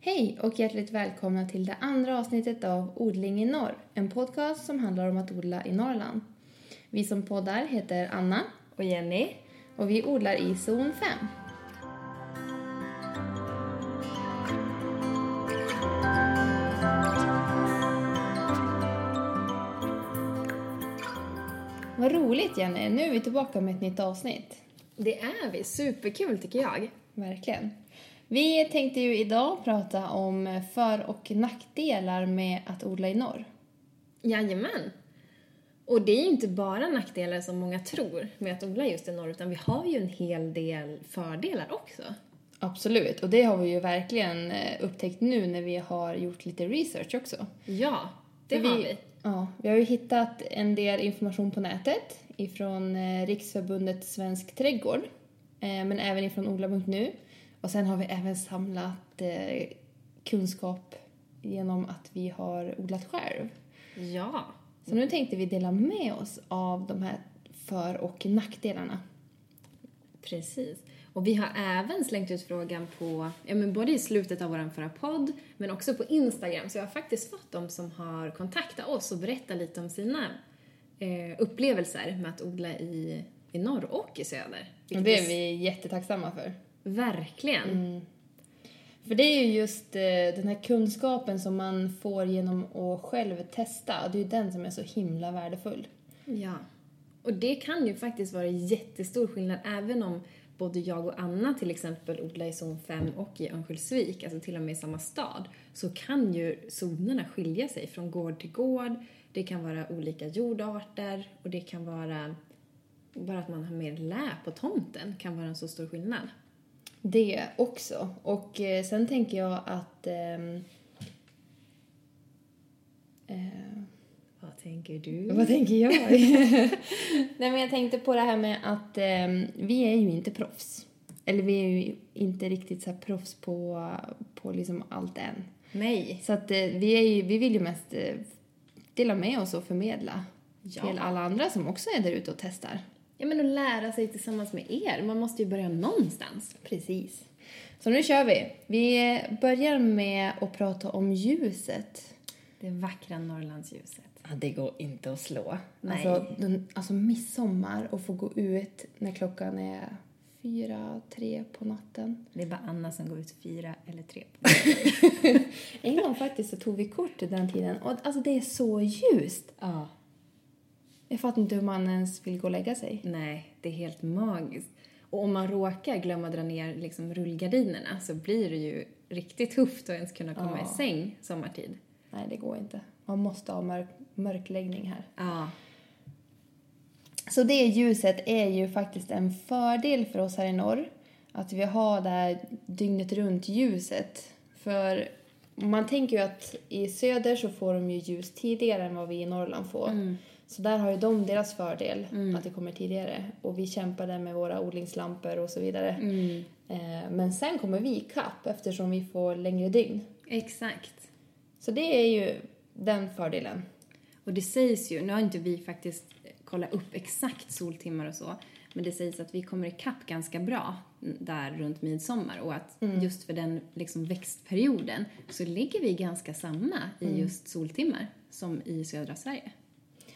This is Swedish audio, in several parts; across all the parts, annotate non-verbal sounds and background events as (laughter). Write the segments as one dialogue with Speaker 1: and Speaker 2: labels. Speaker 1: Hej och hjärtligt välkomna till det andra avsnittet av Odling i norr, en podcast som handlar om att odla i Norrland. Vi som poddar heter Anna
Speaker 2: Och Jenny?
Speaker 1: och vi odlar i zon 5. Vad roligt Jenny, nu är vi tillbaka med ett nytt avsnitt.
Speaker 2: Det är vi. Superkul tycker jag.
Speaker 1: Verkligen. Vi tänkte ju idag prata om för och nackdelar med att odla i norr.
Speaker 2: Jajamän. Och det är ju inte bara nackdelar som många tror med att odla just i norr utan vi har ju en hel del fördelar också.
Speaker 1: Absolut, och det har vi ju verkligen eh, upptäckt nu när vi har gjort lite research också.
Speaker 2: Ja, det
Speaker 1: För
Speaker 2: har vi.
Speaker 1: Ja, vi har ju hittat en del information på nätet ifrån eh, Riksförbundet Svensk Trädgård, eh, men även ifrån odla.nu. Och sen har vi även samlat eh, kunskap genom att vi har odlat själv.
Speaker 2: Ja.
Speaker 1: Så nu tänkte vi dela med oss av de här för och nackdelarna.
Speaker 2: Precis. Och vi har även slängt ut frågan på, ja men både i slutet av vår förra podd, men också på Instagram. Så jag har faktiskt fått de som har kontaktat oss och berättat lite om sina eh, upplevelser med att odla i, i norr och i söder.
Speaker 1: Och
Speaker 2: Vilket
Speaker 1: det är vi jättetacksamma för.
Speaker 2: Verkligen.
Speaker 1: För det är ju just eh, den här kunskapen som man får genom att själv testa. Det är ju den som är så himla värdefull.
Speaker 2: Ja. Och det kan ju faktiskt vara jättestor skillnad även om både jag och Anna till exempel odlar i zon 5 och i Örnsköldsvik, alltså till och med i samma stad, så kan ju zonerna skilja sig från gård till gård. Det kan vara olika jordarter och det kan vara bara att man har mer lä på tomten kan vara en så stor skillnad.
Speaker 1: Det också. Och eh, sen tänker jag att... ehm, eh,
Speaker 2: Vad tänker du?
Speaker 1: Vad tänker jag? Nej men jag tänkte på det här med att ehm, vi är ju inte proffs. Eller vi är ju inte riktigt så här proffs på, på liksom allt än.
Speaker 2: Nej.
Speaker 1: Så att eh, vi, är ju, vi vill ju mest eh, dela med oss och förmedla
Speaker 2: Ja.
Speaker 1: till alla andra som också är där ute och testar.
Speaker 2: Ja men att lära sig tillsammans med er, man måste ju börja någonstans.
Speaker 1: Precis. Så nu kör vi. Vi börjar med att prata om ljuset.
Speaker 2: Det vackra Norrlandsljuset.
Speaker 1: Ja, det går inte att slå.
Speaker 2: Nej.
Speaker 1: Alltså, den, alltså midsommar och få gå ut när klockan är fyra, tre på natten.
Speaker 2: Det är bara Anna som går ut fyra eller tre.
Speaker 1: En gång faktiskt så tog vi kort i den tiden och alltså det är så ljust.
Speaker 2: Ja.
Speaker 1: Jag fattar inte hur man ens vill gå och lägga sig.
Speaker 2: Nej, det är helt magiskt. Och om man råkar glömma dra ner liksom rullgardinerna så blir det ju riktigt tufft att ens kunna komma
Speaker 1: Ja.
Speaker 2: i säng sommartid.
Speaker 1: Nej, det går inte. Man måste ha mörk, mörkläggning här.
Speaker 2: Ja.
Speaker 1: Så det ljuset är ju faktiskt en fördel för oss här i norr. Att vi har det här dygnet runt ljuset. För man tänker ju att i söder så får de ju ljus tidigare än vad vi i Norrland får. Så där har ju de deras fördel, att det kommer tidigare. Och vi kämpade med våra odlingslampor och så vidare.
Speaker 2: mm.
Speaker 1: Eh, Men sen kommer vi ikapp eftersom vi får längre dygn.
Speaker 2: Exakt.
Speaker 1: Så det är ju den fördelen.
Speaker 2: Och det sägs ju, nu har inte vi faktiskt kollat upp exakt soltimmar och så, men det sägs att vi kommer ikapp ganska bra där runt midsommar och att just för den liksom växtperioden så ligger vi ganska samma i just soltimmar som i södra Sverige.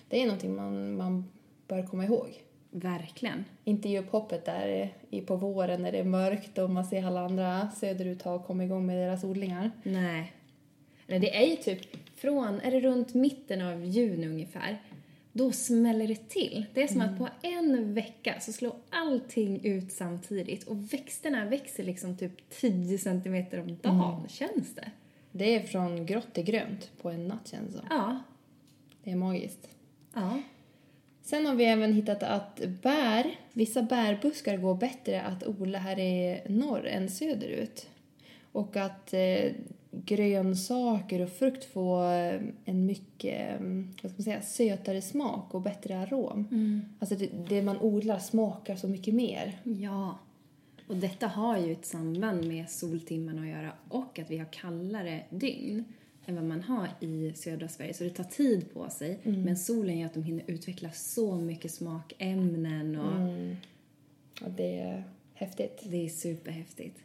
Speaker 1: Det är någonting man, man bör komma ihåg.
Speaker 2: Verkligen.
Speaker 1: inte ge upp hoppet där i, på våren när det är mörkt och man ser alla andra söderut ha kommit igång med deras odlingar.
Speaker 2: Nej. Nej, det är ju typ från, är det runt mitten av juni ungefär, då smäller det till. Det är som att på en vecka så slår allting ut samtidigt och växterna växer liksom typ 10 centimeter om dagen, känns det.
Speaker 1: Det är från grått till grönt på en natt känns det som.
Speaker 2: Ja.
Speaker 1: Det är magiskt.
Speaker 2: Ja.
Speaker 1: Sen har vi även hittat att bär, vissa bärbuskar går bättre att odla här i norr än söderut. Och att eh, grönsaker och frukt får eh, en mycket, eh, vad ska man säga, sötare smak och bättre arom. Alltså det, det man odlar smakar så mycket mer.
Speaker 2: Ja. Och detta har ju ett samband med soltimmarna att göra och att vi har kallare dygn än vad man har i södra Sverige. Så det tar tid på sig, men solen gör att de hinner utveckla så mycket smakämnen och
Speaker 1: Och det är häftigt.
Speaker 2: Det är superhäftigt.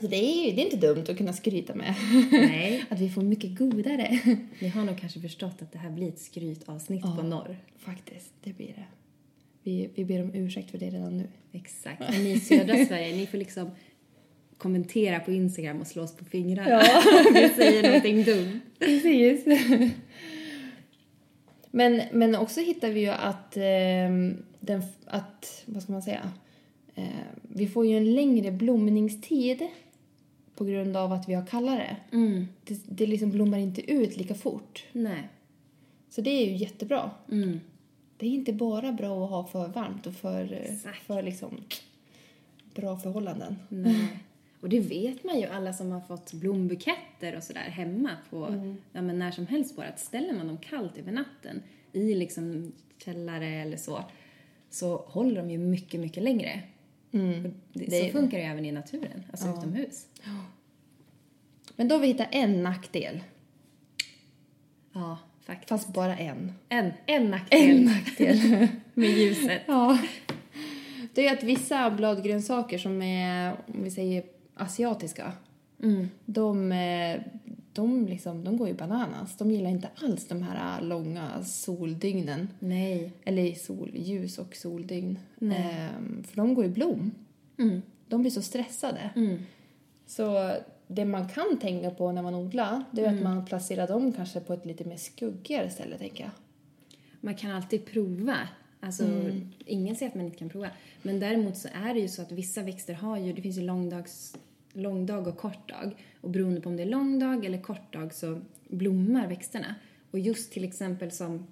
Speaker 1: Så det är ju det är inte dumt att kunna skryta med. (laughs)
Speaker 2: Nej.
Speaker 1: Att vi får mycket godare. (laughs)
Speaker 2: Ni har nog kanske förstått att det här blir ett skrytavsnitt
Speaker 1: Ja.
Speaker 2: på norr.
Speaker 1: Faktiskt, det blir det. Vi, vi ber om ursäkt för det redan nu.
Speaker 2: Exakt. Men ni i södra Sverige, ni får liksom kommentera på Instagram och slås på fingrarna om vi säger någonting dumt.
Speaker 1: Precis. Men, men också hittar vi ju att, ehm, den, f- att vad ska man säga, Eh, vi får ju en längre blomningstid på grund av att vi har kallare. Det, det liksom blommar inte ut lika fort.
Speaker 2: Mm. Nej.
Speaker 1: Så det är ju jättebra.
Speaker 2: Mm.
Speaker 1: Det är inte bara bra att ha för varmt och för, eh,
Speaker 2: Exakt.
Speaker 1: för liksom bra förhållanden.
Speaker 2: Nej. (laughs) Och det vet man ju, alla som har fått blombuketter och sådär hemma på, ja men när som helst bara, att ställer man dem kallt över natten i liksom källare eller så, så håller de ju mycket, mycket längre. Och Mm. Det,
Speaker 1: det är det.
Speaker 2: så funkar det ju även i naturen, alltså utomhus.
Speaker 1: Men då har vi hittat en nackdel,
Speaker 2: Ja, faktiskt.
Speaker 1: fast bara en.
Speaker 2: En, en nackdel.
Speaker 1: En
Speaker 2: (laughs)
Speaker 1: nackdel.
Speaker 2: med ljuset.
Speaker 1: Ja. Det är att vissa bladgrönsaker som är, om vi säger asiatiska, Mm. de, eh, de, liksom, de går ju bananas. De gillar inte alls de här långa soldygnen.
Speaker 2: Nej.
Speaker 1: Eller sol, ljus och soldygn. Ehm, för de går i blom. De blir så stressade. Så det man kan tänka på när man odlar, det är att man placerar dem kanske på ett lite mer skuggigare ställe, tänker jag.
Speaker 2: Man kan alltid prova. Alltså, Ingen säger att man inte kan prova. Men däremot så är det ju så att vissa växter har ju, det finns ju långdags, långdag och kortdag. Och beroende på om det är långdag eller kortdag så blommar växterna. Och just till exempel som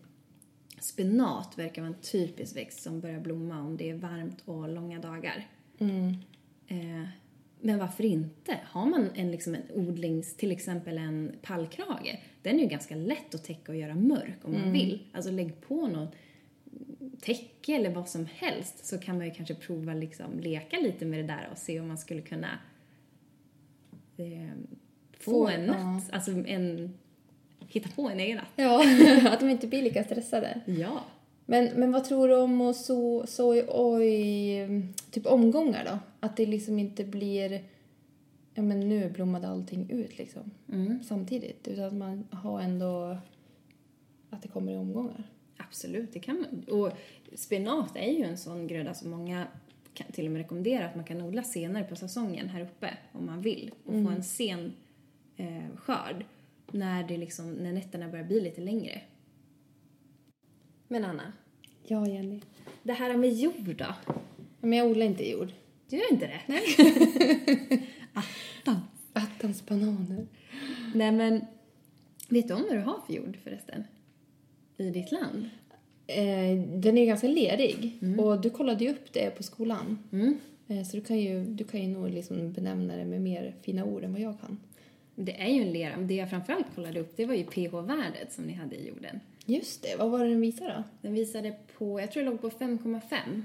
Speaker 2: spenat verkar vara en typisk växt som börjar blomma om det är varmt och långa dagar. Eh, men varför inte? Har man en, liksom en odlings, till exempel en pallkrage, den är ju ganska lätt att täcka och göra mörk om man vill. Alltså lägg på något täcke eller vad som helst så kan man ju kanske prova liksom leka lite med det där och se om man skulle kunna eh, få,
Speaker 1: Få,
Speaker 2: en natt, alltså en, hitta på en egen natt.
Speaker 1: Ja, (laughs) att de inte blir lika stressade.
Speaker 2: Ja.
Speaker 1: Men, men vad tror du om att så, soj, oj, typ omgångar då? Att det liksom inte blir, ja men nu blommade allting ut liksom samtidigt. Utan att man har ändå, att det kommer i omgångar.
Speaker 2: Absolut, det kan man. Och spenat är ju en sån gröda som många kan till och med rekommendera att man kan odla senare på säsongen här uppe om man vill och få en sen eh, skörd när, det liksom, när nätterna börjar bli lite längre. Men Anna,
Speaker 1: Ja, Jenny.
Speaker 2: det här med jord då?
Speaker 1: Men jag odlar inte jord.
Speaker 2: Du gör inte det? Nej. Attans.
Speaker 1: Attans bananer.
Speaker 2: Nej men, vet du om vad du har för jord förresten? I ditt land?
Speaker 1: Eh, den är ju ganska lerig och du kollade ju upp det på skolan.
Speaker 2: Mm.
Speaker 1: Eh, så du kan ju, du kan ju nog liksom benämna det med mer fina ord än vad jag kan.
Speaker 2: Det är ju en lera, men det jag framförallt kollade upp det var ju pH-värdet som ni hade i jorden.
Speaker 1: Just det, vad var det den visade då?
Speaker 2: Den visade på, jag tror det låg på 5,5.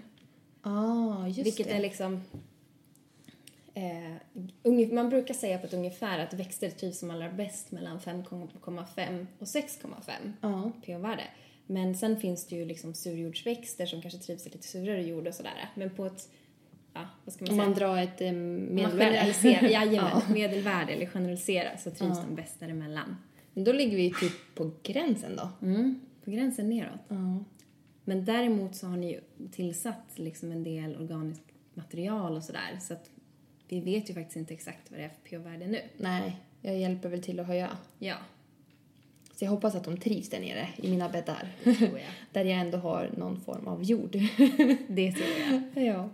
Speaker 1: Ah, just
Speaker 2: Vilket
Speaker 1: det.
Speaker 2: är liksom... Eh, unge- man brukar säga på ett ungefär att växter trivs som allra bäst mellan 5,5 och 6,5
Speaker 1: Ja.
Speaker 2: pH-värde. Men sen finns det ju liksom surjordsväxter som kanske trivs i lite surare jord och sådär. Men på ett, ja, vad ska man
Speaker 1: Om
Speaker 2: säga?
Speaker 1: man drar ett eh,
Speaker 2: man
Speaker 1: medelvärde.
Speaker 2: generaliserar,
Speaker 1: (laughs)
Speaker 2: jajamän, medelvärde eller generaliserar så trivs de bäst däremellan.
Speaker 1: Men Då ligger vi typ på gränsen då.
Speaker 2: Mm, på gränsen neråt.
Speaker 1: Ja.
Speaker 2: Men däremot så har ni ju tillsatt liksom en del organiskt material och sådär så att vi vet ju faktiskt inte exakt vad det är för pH-värde nu.
Speaker 1: Nej, jag hjälper väl till att höja.
Speaker 2: Ja,
Speaker 1: Så jag hoppas att de trivs där nere i mina bäddar. (laughs)
Speaker 2: det tror jag.
Speaker 1: där jag ändå har någon form av jord.
Speaker 2: (laughs)
Speaker 1: (laughs)
Speaker 2: Det tror jag.
Speaker 1: ja.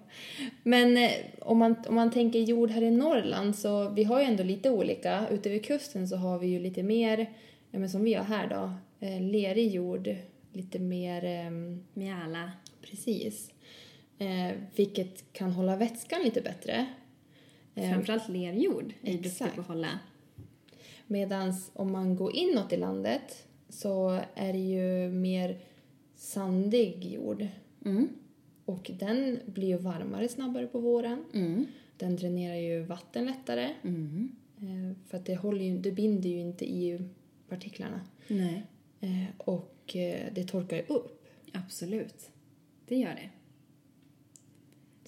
Speaker 1: Men eh, om man, om man tänker jord här i Norrland så vi har ju ändå lite olika. Ute vid kusten så har vi ju lite mer, ja, men som vi har här då, eh, lerig jord, lite mer ehm,
Speaker 2: Mjäla.
Speaker 1: Precis. Eh, vilket kan hålla vätskan lite bättre. Eh,
Speaker 2: Framförallt lerjord är ju duktig
Speaker 1: exakt.
Speaker 2: på att hålla.
Speaker 1: Medan om man går inåt i landet så är det ju mer sandig jord.
Speaker 2: Mm.
Speaker 1: Och den blir ju varmare snabbare på våren.
Speaker 2: Mm.
Speaker 1: Den dränerar ju vatten lättare.
Speaker 2: Mm.
Speaker 1: Eh, för att det, håller ju, det binder ju inte i partiklarna.
Speaker 2: Nej.
Speaker 1: Eh, och eh, det torkar ju upp.
Speaker 2: Absolut. Det gör det.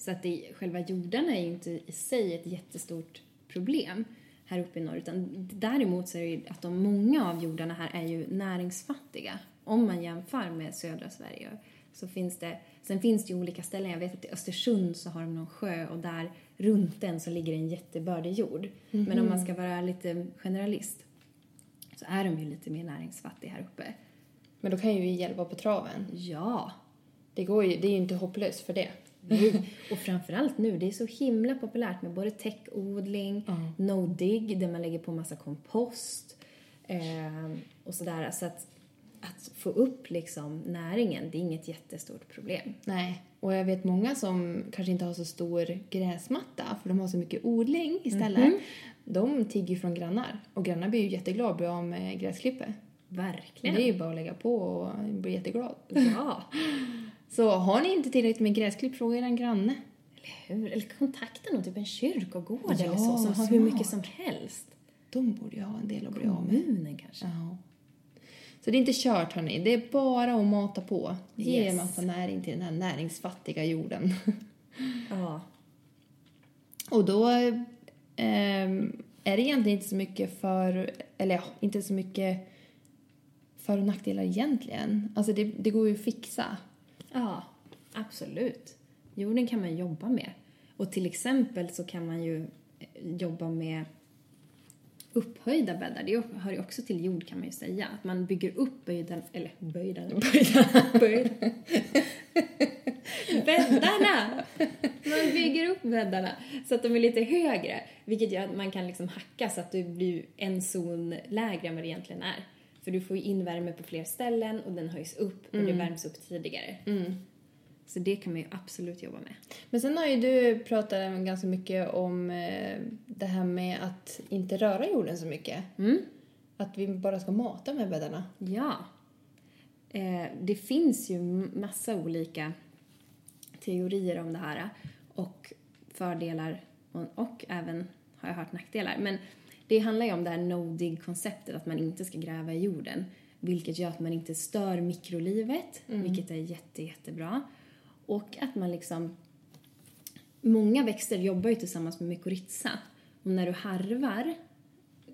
Speaker 2: Så att det, själva jordarna är ju inte i sig ett jättestort problem här uppe i norr. Utan däremot så är det ju att de många av jordarna här är ju näringsfattiga. Om man jämför med södra Sverige så finns det, sen finns det ju olika ställen. Jag vet att i Östersund så har de någon sjö och där runt den så ligger en jättebördig jord. Men om man ska vara lite generalist så är de ju lite mer näringsfattiga här uppe.
Speaker 1: Men då kan ju vi hjälpa på traven.
Speaker 2: Ja,
Speaker 1: Det, går ju, det är ju inte hopplöst för det.
Speaker 2: Nej. (laughs) Och framförallt nu, det är så himla populärt med både täckodling, no-dig, där man lägger på massa kompost eh, och sådär. Så att, att få upp liksom näringen, det är inget jättestort problem.
Speaker 1: Nej, och jag vet många som kanske inte har så stor gräsmatta för de har så mycket odling istället. De tigger från grannar och grannar blir ju jätteglada och blir av med gräsklippet.
Speaker 2: Verkligen.
Speaker 1: Det är ju bara att lägga på och bli jätteglad.
Speaker 2: (laughs) Ja,
Speaker 1: Så har ni inte tillräckligt med gräsklipp, fråga er granne.
Speaker 2: eller hur? Eller kontakta någon, typ en kyrkogård
Speaker 1: Ja,
Speaker 2: eller så, som har hur mycket
Speaker 1: smart.
Speaker 2: som helst.
Speaker 1: De borde ju ha en del att bli av med.
Speaker 2: Kommunen kanske.
Speaker 1: Ja. Så det är inte kört hörni, det är bara att mata på. Ge
Speaker 2: Yes.
Speaker 1: en massa näring till den här näringsfattiga jorden.
Speaker 2: Ja.
Speaker 1: Och då ehm, är det egentligen inte så mycket för, eller ja, inte så mycket för och nackdelar egentligen. Alltså det, det går ju att fixa.
Speaker 2: Ja, absolut. Jorden kan man jobba med. Och till exempel så kan man ju eh, jobba med upphöjda bäddar. Det hör ju också till jord kan man ju säga. Att man bygger upp böjden, eller böjden, böjden, böjden. bäddarna! Man bygger upp bäddarna så att de är lite högre. Vilket gör att man kan liksom hacka så att du blir en zon lägre än vad det egentligen är. För du får ju in värme på fler ställen och den höjs upp och det värms upp tidigare. Så det kan man ju absolut jobba med.
Speaker 1: Men sen har ju du pratat även ganska mycket om eh, det här med att inte röra jorden så mycket.
Speaker 2: Mm.
Speaker 1: Att vi bara ska mata med bäddarna.
Speaker 2: Ja. Eh, det finns ju m- massa olika teorier om det här eh, och fördelar och, och även, har jag hört, nackdelar. Men det handlar ju om det här no-dig-konceptet, att man inte ska gräva i jorden. Vilket gör att man inte stör mikrolivet, vilket är jätte, jättebra. Och att man liksom Många växter jobbar ju tillsammans med mykorrhiza. Och när du harvar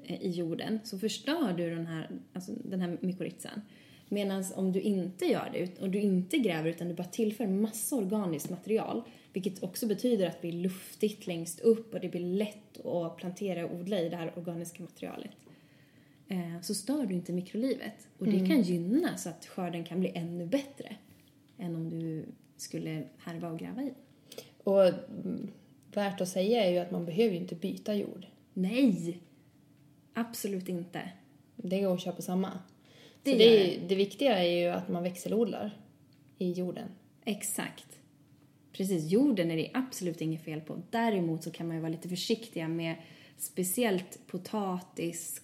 Speaker 2: eh, i jorden så förstör du den här, alltså den här mykorrhizan. Medan om du inte gör det ut- och du inte gräver utan du bara tillför massa organiskt material vilket också betyder att det blir luftigt längst upp och det blir lätt att plantera och odla i det här organiska materialet. Eh, Så stör du inte mikrolivet och det kan gynna så att skörden kan bli ännu bättre än om du skulle harva och gräva i den.
Speaker 1: Och mm, värt att säga är ju att man behöver ju inte byta jord.
Speaker 2: Nej! Absolut inte.
Speaker 1: Det går att köpa samma.
Speaker 2: Det
Speaker 1: så det,
Speaker 2: gör
Speaker 1: är, det viktiga är ju att man växelodlar i jorden.
Speaker 2: Exakt. Precis, jorden är det absolut inget fel på. Däremot så kan man ju vara lite försiktiga med speciellt potatis,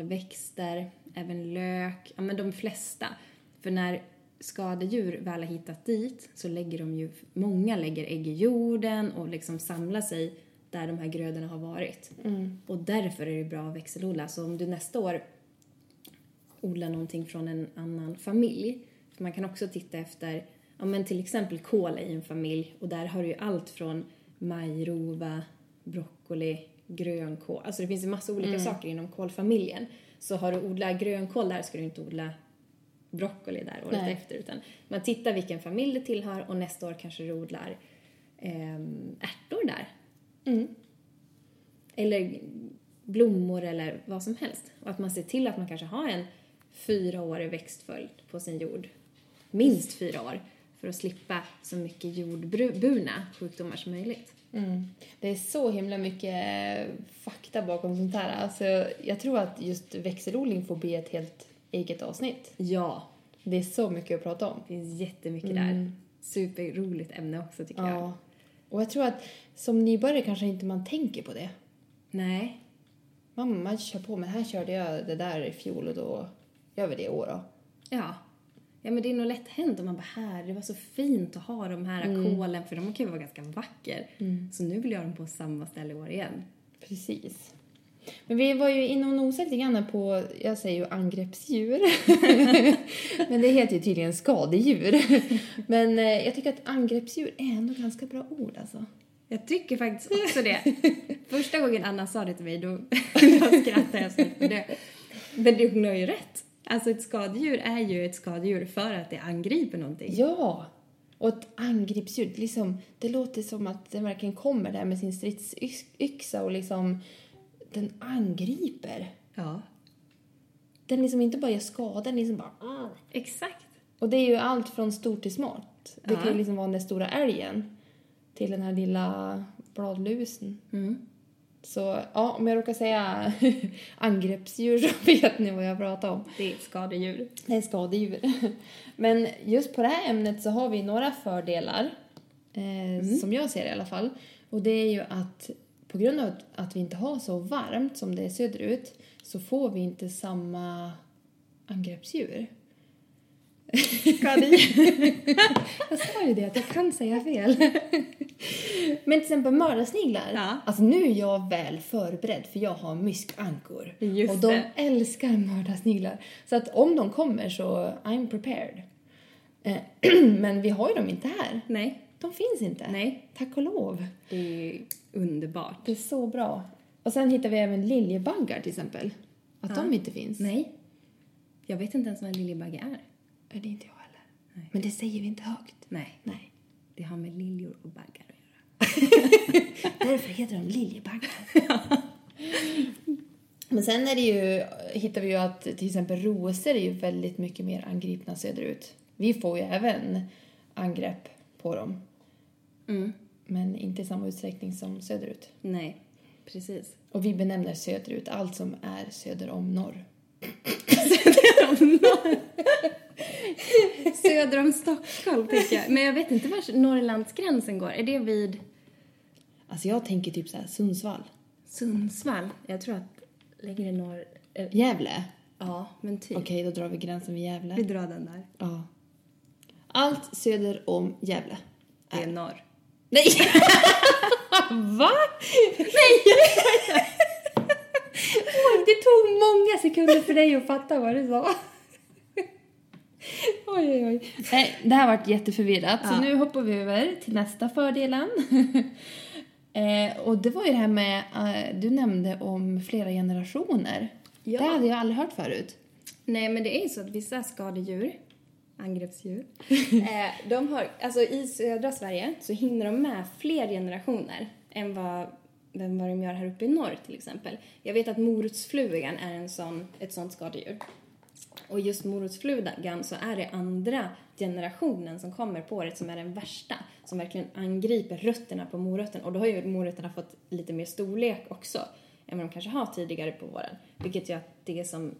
Speaker 2: kolväxter, även lök, ja men de flesta. För när skadedjur väl har hittat dit så lägger de ju, många lägger ägg i jorden och liksom samlar sig där de här grödorna har varit. Och därför är det bra att växelodla. Så om du nästa år odla någonting från en annan familj. För man kan också titta efter, ja men till exempel kål i en familj och där har du ju allt från majrova, broccoli, grönkål. Alltså det finns ju massa olika saker inom kålfamiljen. Så har du odlat grönkål där ska du inte odla broccoli där året
Speaker 1: Nej.
Speaker 2: efter utan man tittar vilken familj det tillhör och nästa år kanske du odlar ehm, ärtor där. Eller blommor eller vad som helst. Och att man ser till att man kanske har en fyraårig växtföljd på sin jord. Minst fyra år. För att slippa så mycket jordburna sjukdomar som möjligt.
Speaker 1: Mm. Det är så himla mycket eh, fakta bakom sånt här. Alltså, jag tror att just växelodling får bli ett helt eget avsnitt.
Speaker 2: Ja,
Speaker 1: Det är så mycket att prata om.
Speaker 2: det finns jättemycket där. Mm. Superroligt ämne också tycker jag.
Speaker 1: Ja. Och jag tror att som nybörjare kanske inte man tänker på det.
Speaker 2: Nej,
Speaker 1: Man, man kör på, men här körde jag det där i fjol och då gör vi det i år då.
Speaker 2: ja. Ja men det är nog lätt hänt om man bara här, det var så fint att ha de här kålen för de kan ju vara ganska vacker. Så nu vill jag ha dem på samma ställe i år igen.
Speaker 1: Precis. Men vi var ju inne och nosade lite grann på, jag säger ju angreppsdjur. Men det heter ju tydligen skadedjur. Men eh, jag tycker att angreppsdjur är ändå ganska bra ord alltså.
Speaker 2: Jag tycker faktiskt också det. (laughs) Första gången Anna sa det till mig då, (laughs) då skrattade jag så mycket. Men det- Men det, hon har ju rätt. Alltså ett skadedjur är ju ett skadedjur för att det angriper någonting.
Speaker 1: Ja! Och ett angreppsljud. Liksom, det låter som att den verkligen kommer där med sin stridsyxa och liksom... Den angriper.
Speaker 2: Ja,
Speaker 1: Den liksom inte bara gör skada, den liksom bara...
Speaker 2: exakt.
Speaker 1: Och det är ju allt från stort till smått. Det kan
Speaker 2: Ja.
Speaker 1: ju liksom vara den där stora älgen till den här lilla bladlusen.
Speaker 2: Mm.
Speaker 1: Så ja, om jag råkar säga (laughs) angreppsdjur så (laughs) vet ni vad jag pratar om.
Speaker 2: Det är ett skadedjur.
Speaker 1: Det är skadedjur. (laughs) Men just på det här ämnet så har vi några fördelar, eh, som jag ser det i alla fall. Och det är ju att på grund av att vi inte har så varmt som det är söderut så får vi inte samma angreppsdjur.
Speaker 2: (laughs) Skadedjur.
Speaker 1: Jag sa ju det, att jag kan säga fel. (laughs) Men till exempel mördarsniglar.
Speaker 2: Ja.
Speaker 1: Alltså nu är jag väl förberedd för jag har myskankor.
Speaker 2: Just
Speaker 1: och de
Speaker 2: det.
Speaker 1: älskar mördarsniglar. Så att om de kommer så, I'm prepared. Eh, (clears throat) Men vi har ju dem inte här.
Speaker 2: Nej.
Speaker 1: De finns inte.
Speaker 2: Nej.
Speaker 1: Tack och lov.
Speaker 2: Det är ju underbart.
Speaker 1: Det är så bra. Och sen hittar vi även liljebaggar till exempel. Att de inte finns.
Speaker 2: Nej. Jag vet inte ens vad en liljebagge är.
Speaker 1: Nej, Det är inte jag heller. Men det säger vi inte högt.
Speaker 2: Nej.
Speaker 1: Nej.
Speaker 2: Det har med liljor och baggar att göra.
Speaker 1: Därför heter de (laughs) liljebaggar. Men sen är det ju, hittar vi ju att till exempel rosor är ju väldigt mycket mer angripna söderut. Vi får ju även angrepp på dem,
Speaker 2: Mm.
Speaker 1: men inte i samma utsträckning som söderut.
Speaker 2: Nej. Precis.
Speaker 1: Och vi benämner söderut allt som är söder om norr.
Speaker 2: Söder om Stockholm, tänker jag. Men jag vet inte var Norrlandsgränsen går. Är det vid
Speaker 1: Alltså jag tänker typ så här Sundsvall,
Speaker 2: Sundsvall? Jag tror att längre norr... eh,
Speaker 1: Gävle.
Speaker 2: Ja, men typ.
Speaker 1: Okej, då drar vi gränsen vid
Speaker 2: Vi
Speaker 1: Gävle.
Speaker 2: drar den där.
Speaker 1: Ja. Allt söder om Gävle.
Speaker 2: Det är norr.
Speaker 1: Nej! Va? Nej! (laughs) Oj, det tog många sekunder för dig att fatta vad du sa. Oj, oj, oj. Nej, det här varit jätteförvirrat, så
Speaker 2: Ja.
Speaker 1: nu hoppar vi över till nästa fördelen. (laughs) eh, och det var ju det här med, eh, du nämnde om flera generationer.
Speaker 2: Ja.
Speaker 1: Det hade jag aldrig hört förut.
Speaker 2: Nej, men det är ju så att vissa skadedjur, (laughs) angreppsdjur, eh, de har, alltså i södra Sverige så hinner de med fler generationer än vad, än vad de gör här uppe i norr till exempel. Jag vet att morotsflugan är en sån, ett sånt skadedjur. Och just morotsflugan så är det andra generationen som kommer på året som är den värsta. Som verkligen angriper rötterna på morötten. Och då har ju morötterna fått lite mer storlek också än vad de kanske har tidigare på våren. Vilket gör att det är, som,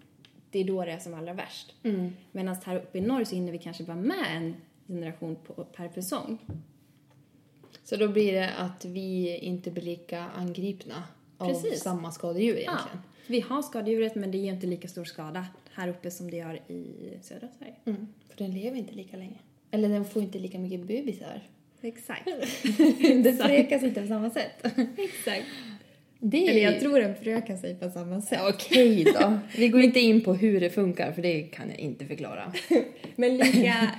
Speaker 2: det är då det är som allra värst. Mm. Medan här uppe i norr så hinner vi kanske vara med en generation på, per säsong.
Speaker 1: Så då blir det att vi inte blir lika angripna av
Speaker 2: Precis.
Speaker 1: samma skadedjur
Speaker 2: Ja,
Speaker 1: egentligen.
Speaker 2: vi har skadedjuret men det ger inte lika stor skada här uppe som det gör i södra Sverige.
Speaker 1: Mm, för den lever inte lika länge. Eller den får inte lika mycket bebisar.
Speaker 2: Exakt.
Speaker 1: (laughs) den förökas inte på samma sätt.
Speaker 2: Exakt.
Speaker 1: Det
Speaker 2: Eller jag tror den förökar sig på samma sätt.
Speaker 1: Okej då. Vi går inte in på hur det funkar, för det kan jag inte förklara.
Speaker 2: Men lika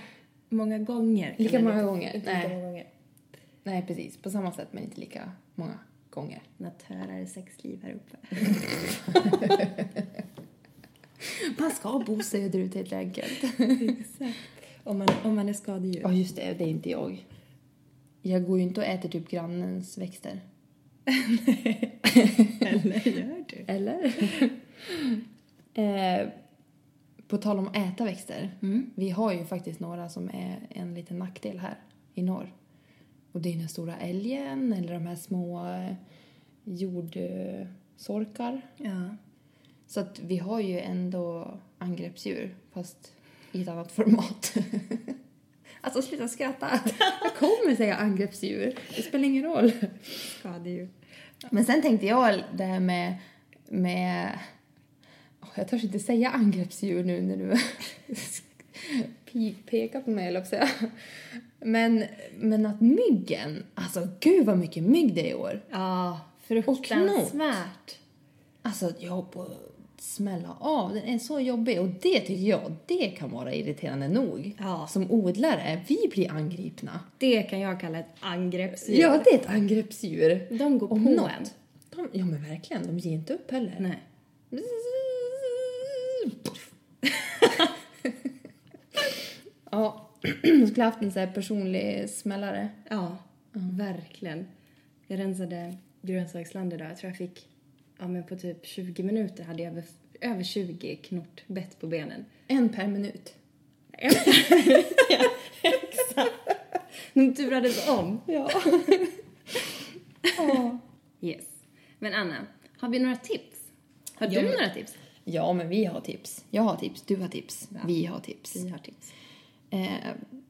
Speaker 2: många gånger. kan
Speaker 1: Lika
Speaker 2: man
Speaker 1: många gånger,
Speaker 2: inte- Lika
Speaker 1: nej.
Speaker 2: många gånger.
Speaker 1: Nej, precis. På samma sätt, men inte lika många gånger.
Speaker 2: Något hörare sexliv här uppe.
Speaker 1: Man ska bo söderut helt enkelt.
Speaker 2: Exakt. Om man, om man är skadedjur.
Speaker 1: Ja, just det. Det är inte jag. Jag går ju inte och äter typ grannens växter.
Speaker 2: (laughs) Eller gör du?
Speaker 1: Eller? (laughs) eh, på tal om att äta växter.
Speaker 2: Mm.
Speaker 1: Vi har ju faktiskt några som är en liten nackdel här i norr. Och det är den stora älgen eller de här små eh, jordsorkar.
Speaker 2: Ja.
Speaker 1: Så att vi har ju ändå angreppsdjur fast i ett annat format. (laughs) alltså sluta skratta. Jag kommer säga angreppsdjur. Det spelar ingen roll.
Speaker 2: Skadedjur.
Speaker 1: Men sen tänkte jag det här med... med Åh, jag törs inte säga angreppsdjur nu när du pi- pekar på mig, eller jag säga. Men, men att myggen... Alltså, gud vad mycket mygg det är i år.
Speaker 2: Ja,
Speaker 1: Och knot.
Speaker 2: fruktansvärt.
Speaker 1: Alltså, jag på smälla av. Den är så jobbig och det tycker jag, det kan vara irriterande nog.
Speaker 2: Ja.
Speaker 1: Som odlare, vi blir angripna.
Speaker 2: Det kan jag kalla ett angreppsdjur.
Speaker 1: Ja, det är ett angreppsdjur.
Speaker 2: De går
Speaker 1: Om
Speaker 2: på
Speaker 1: något.
Speaker 2: en.
Speaker 1: De, ja men verkligen, de ger inte upp heller.
Speaker 2: Nej.
Speaker 1: (laughs) ja, (clears throat) jag skulle haft en sån här personlig smällare.
Speaker 2: Ja, verkligen. Jag rensade grönsaksland idag. Jag tror jag fick, ja men på typ 20 minuter hade jag över, över 20 knortbett på benen.
Speaker 1: En per minut.
Speaker 2: De turades om.
Speaker 1: Ja.
Speaker 2: Yes. Men Anna, har vi några tips? Har
Speaker 1: Ja,
Speaker 2: du
Speaker 1: men-
Speaker 2: några tips?
Speaker 1: (laughs) ja, men vi har tips. Jag har tips, du har tips, vi har tips.
Speaker 2: Vi har tips.
Speaker 1: Eh,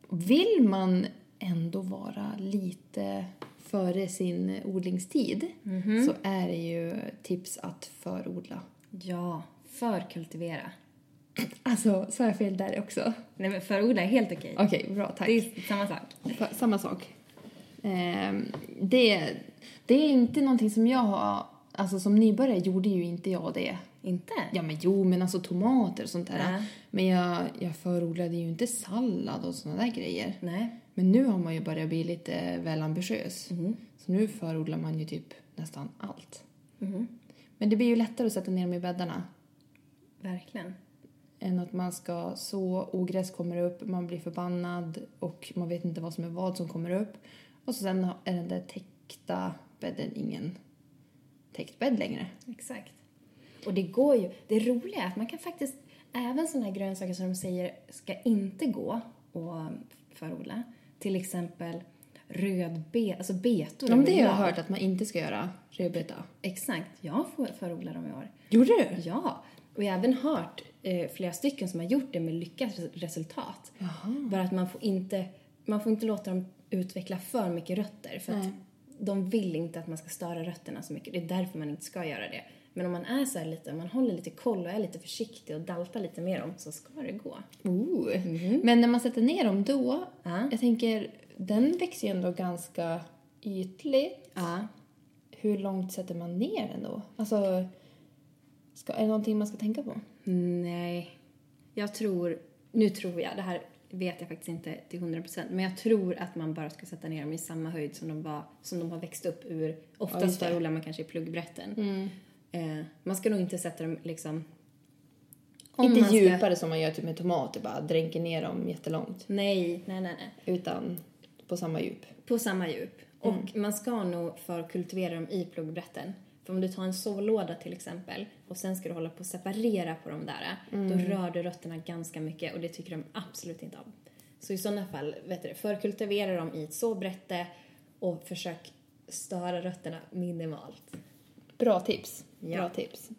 Speaker 1: vill man ändå vara lite före sin odlingstid så är det ju tips att förodla.
Speaker 2: Ja, förkultivera.
Speaker 1: Alltså, sa jag fel där också?
Speaker 2: Nej men förodla är helt okej.
Speaker 1: Okej, bra, tack.
Speaker 2: Det är samma sak.
Speaker 1: Fa- Samma sak. Ehm, det, det är inte någonting som jag har... Alltså som nybörjare gjorde ju inte jag det.
Speaker 2: Inte?
Speaker 1: Ja men jo, men alltså tomater och sånt där.
Speaker 2: Ja.
Speaker 1: Men jag, jag förodlade ju inte sallad och såna där grejer.
Speaker 2: Nej.
Speaker 1: Men nu har man ju börjat bli lite väl ambitiös. Så nu förodlar man ju typ nästan allt. Men det blir ju lättare att sätta ner dem i bäddarna
Speaker 2: Verkligen.
Speaker 1: än att man ska så, ogräs kommer upp, man blir förbannad och man vet inte vad som är vad som kommer upp. Och så sen är den där täckta bädden ingen täckt bädd längre.
Speaker 2: Exakt. Och det går ju. Det roliga är att man kan faktiskt, även sådana här grönsaker som de säger ska inte gå och förodla, till exempel röd be, alltså betor.
Speaker 1: Ja, men det har jag
Speaker 2: överlag.
Speaker 1: hört att man inte ska göra, rödbeta.
Speaker 2: Exakt. Jag får- förodlar dem i år.
Speaker 1: Gjorde du?
Speaker 2: Ja. Och jag har även hört eh, flera stycken som har gjort det med lyckat res- resultat. Bara att man får, inte, man får inte låta dem utveckla för mycket rötter. För att de vill inte att man ska störa rötterna så mycket. Det är därför man inte ska göra det. Men om man är så här lite, om man håller lite koll och är lite försiktig och daltar lite med dem så ska det gå.
Speaker 1: Ooh. Men när man sätter ner dem då,
Speaker 2: Ja.
Speaker 1: jag tänker, den växer ju ändå ganska ytligt.
Speaker 2: Ja.
Speaker 1: Hur långt sätter man ner den då? Alltså, ska, är det någonting man ska tänka på?
Speaker 2: Nej. Jag tror, nu tror jag, det här vet jag faktiskt inte till 100% men jag tror att man bara ska sätta ner dem i samma höjd som de, var, som de har växt upp
Speaker 1: Ja,
Speaker 2: ur.
Speaker 1: just
Speaker 2: Oftast
Speaker 1: det.
Speaker 2: förodlar man kanske i pluggbrätten.
Speaker 1: Mm.
Speaker 2: Eh, man ska nog inte sätta dem liksom...
Speaker 1: inte
Speaker 2: man ska-
Speaker 1: djupare som man gör typ med tomater, bara dränker ner dem jättelångt.
Speaker 2: Nej, nej, nej, nej.
Speaker 1: Utan på samma djup.
Speaker 2: På samma djup. Och
Speaker 1: Mm.
Speaker 2: man ska nog förkultivera dem i pluggbrätten. För om du tar en sålåda till exempel och sen ska du hålla på att separera på de där,
Speaker 1: Mm.
Speaker 2: då rör du rötterna ganska mycket och det tycker de absolut inte om. Så i sådana fall, vet du, förkultivera dem i ett såbrätte och försök störa rötterna minimalt.
Speaker 1: Bra tips.
Speaker 2: Ja.
Speaker 1: Bra tips.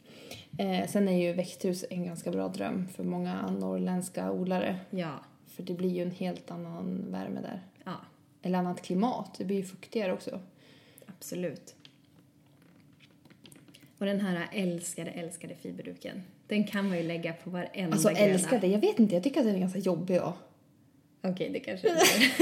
Speaker 1: Eh, sen är ju växthus en ganska bra dröm för många norrländska odlare.
Speaker 2: Ja.
Speaker 1: För det blir ju en helt annan värme där.
Speaker 2: Ja,
Speaker 1: Eller annat klimat. Det blir ju fuktigare också.
Speaker 2: absolut. Och den här älskade, älskade fiberduken, den kan man ju lägga på varenda
Speaker 1: Alltså
Speaker 2: gröda.
Speaker 1: älskar det. Jag vet inte, jag tycker att den är ganska jobbig. Ja.
Speaker 2: Okej, det (laughs) kanske inte är.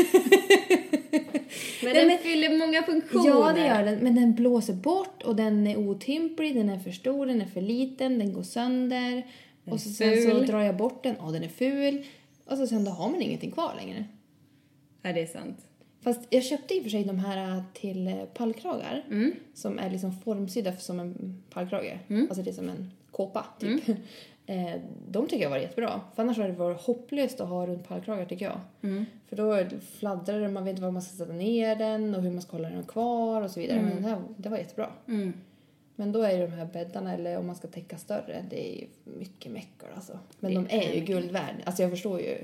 Speaker 2: men
Speaker 1: Nej,
Speaker 2: den
Speaker 1: men-
Speaker 2: fyller många funktioner.
Speaker 1: ja, det gör den. Men den blåser bort och den är otymplig, den är för stor, den är för liten, den går sönder. och så sen så
Speaker 2: ful.
Speaker 1: drar jag bort den, ja den är ful. Och så sen då har man ingenting kvar längre.
Speaker 2: Ja, det är sant.
Speaker 1: Fast jag köpte i och för sig de här till eh, pallkragar
Speaker 2: Mm.
Speaker 1: som är liksom formsydda för- som en pallkrage. Alltså det är som en kåpa typ. (laughs) Eh, De tycker jag var jättebra. För annars hade det varit hopplöst att ha runt pallkragar tycker jag. För då fladdrar det, man vet inte var man ska sätta ner den och hur man ska hålla den kvar och så vidare. Men den här, det var jättebra.
Speaker 2: Mm,
Speaker 1: Men då är ju de här bäddarna, eller om man ska täcka större, det är ju mycket meckor alltså. Men
Speaker 2: Det
Speaker 1: de är
Speaker 2: är
Speaker 1: ju
Speaker 2: mycket
Speaker 1: guld värd. Alltså jag förstår ju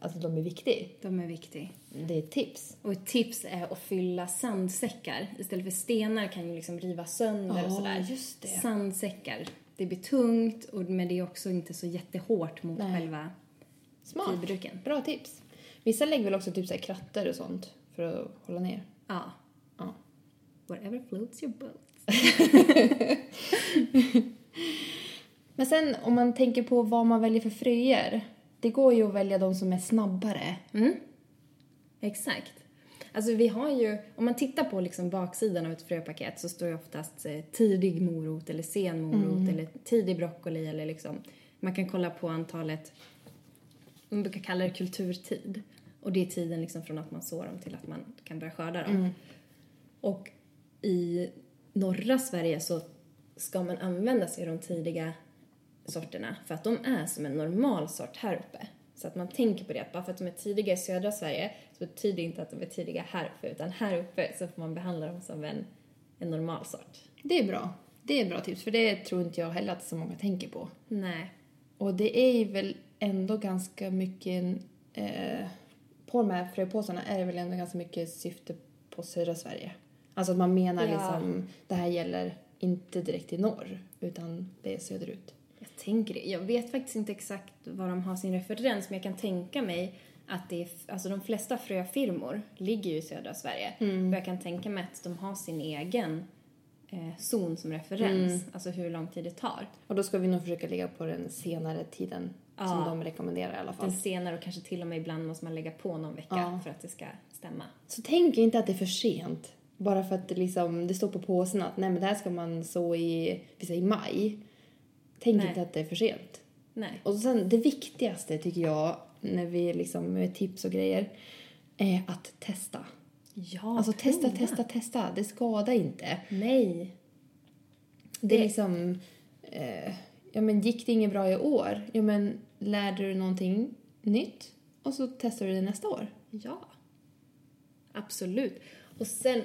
Speaker 1: att de är viktiga.
Speaker 2: De är viktiga.
Speaker 1: Det är ett tips.
Speaker 2: Och ett tips är att fylla sandsäckar. Istället för stenar kan ju liksom riva sönder
Speaker 1: Ja,
Speaker 2: och sådär.
Speaker 1: just det.
Speaker 2: Sandsäckar. Det blir tungt, och, men det är också inte så jättehårt mot
Speaker 1: Nej.
Speaker 2: själva
Speaker 1: Smart.
Speaker 2: fiberduken.
Speaker 1: Bra tips. Vissa lägger väl också typ så här kratter och sånt för att hålla ner.
Speaker 2: Ja.
Speaker 1: Ja.
Speaker 2: Whatever floats your boat.
Speaker 1: Men sen om man tänker på vad man väljer för fröer. Det går ju att välja de som är snabbare.
Speaker 2: Exakt. Alltså vi har ju, om man tittar på liksom baksidan av ett fröpaket så står det oftast eh, tidig morot eller sen morot eller tidig broccoli eller liksom, man kan kolla på antalet, man brukar kalla det kulturtid. Och det är tiden liksom från att man sår dem till att man kan börja skörda dem. Och i norra Sverige så ska man använda sig av de tidiga sorterna för att de är som en normal sort här uppe. Så att man tänker på det, att bara för att de är tidiga i södra Sverige så betyder det inte att de är tidiga här uppe, utan här uppe så får man behandla dem som en, en normal sort.
Speaker 1: Det är bra. Det är bra tips, för det tror inte jag heller att så många tänker på.
Speaker 2: Nej.
Speaker 1: Och det är väl ändå ganska mycket... Eh, på de här fröpåsarna är det väl ändå ganska mycket syfte på södra Sverige. Alltså att man menar
Speaker 2: Ja.
Speaker 1: liksom, det här gäller inte direkt i norr, utan det är söderut.
Speaker 2: Jag tänker det. Jag vet faktiskt inte exakt vad de har sin referens, men jag kan tänka mig att det är, alltså de flesta fröfirmor ligger ju i södra Sverige. Och jag kan tänka mig att de har sin egen eh, zon som referens, alltså hur lång tid det tar.
Speaker 1: Och då ska vi nog försöka ligga på den senare tiden som
Speaker 2: Ja.
Speaker 1: de rekommenderar i alla fall.
Speaker 2: Den senare och kanske till och med ibland måste man lägga på någon vecka
Speaker 1: Ja.
Speaker 2: för att det ska stämma.
Speaker 1: Så tänk inte att det är för sent. Bara för att det, liksom, det står på påsen att nej, men det här ska man så i, vi säger i maj. Tänk
Speaker 2: Nej.
Speaker 1: inte att det är för sent.
Speaker 2: Nej.
Speaker 1: Och sen det viktigaste tycker jag, när vi liksom med tips och grejer, är att testa.
Speaker 2: Ja,
Speaker 1: Alltså testa,
Speaker 2: prova.
Speaker 1: testa, testa. Det skadar inte.
Speaker 2: Nej.
Speaker 1: Det är
Speaker 2: Det-
Speaker 1: liksom... Eh, ja, men gick det inget bra i år? Ja, men lärde du någonting nytt? Och så testar du det nästa år.
Speaker 2: Ja. Absolut. Och sen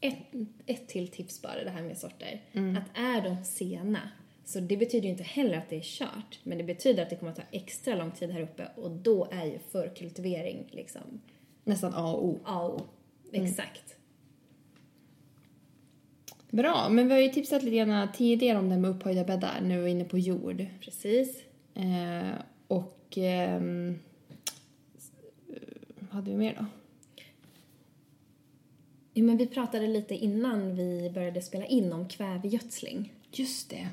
Speaker 2: ett, ett till tips bara, det här med sorter. Att är de sena, så det betyder ju inte heller att det är kört, men det betyder att det kommer att ta extra lång tid här uppe och då är ju förkultivering liksom
Speaker 1: Nästan A och O.
Speaker 2: A och O. Mm. Exakt.
Speaker 1: Bra, men vi har ju tipsat lite grann tidigare om det här med upphöjda bäddar när vi var inne på jord.
Speaker 2: Precis.
Speaker 1: Eh, och... ehm, s- eh, vad hade vi mer då?
Speaker 2: Ja, men vi pratade lite innan vi började spela in om kvävegödsling.
Speaker 1: Just det.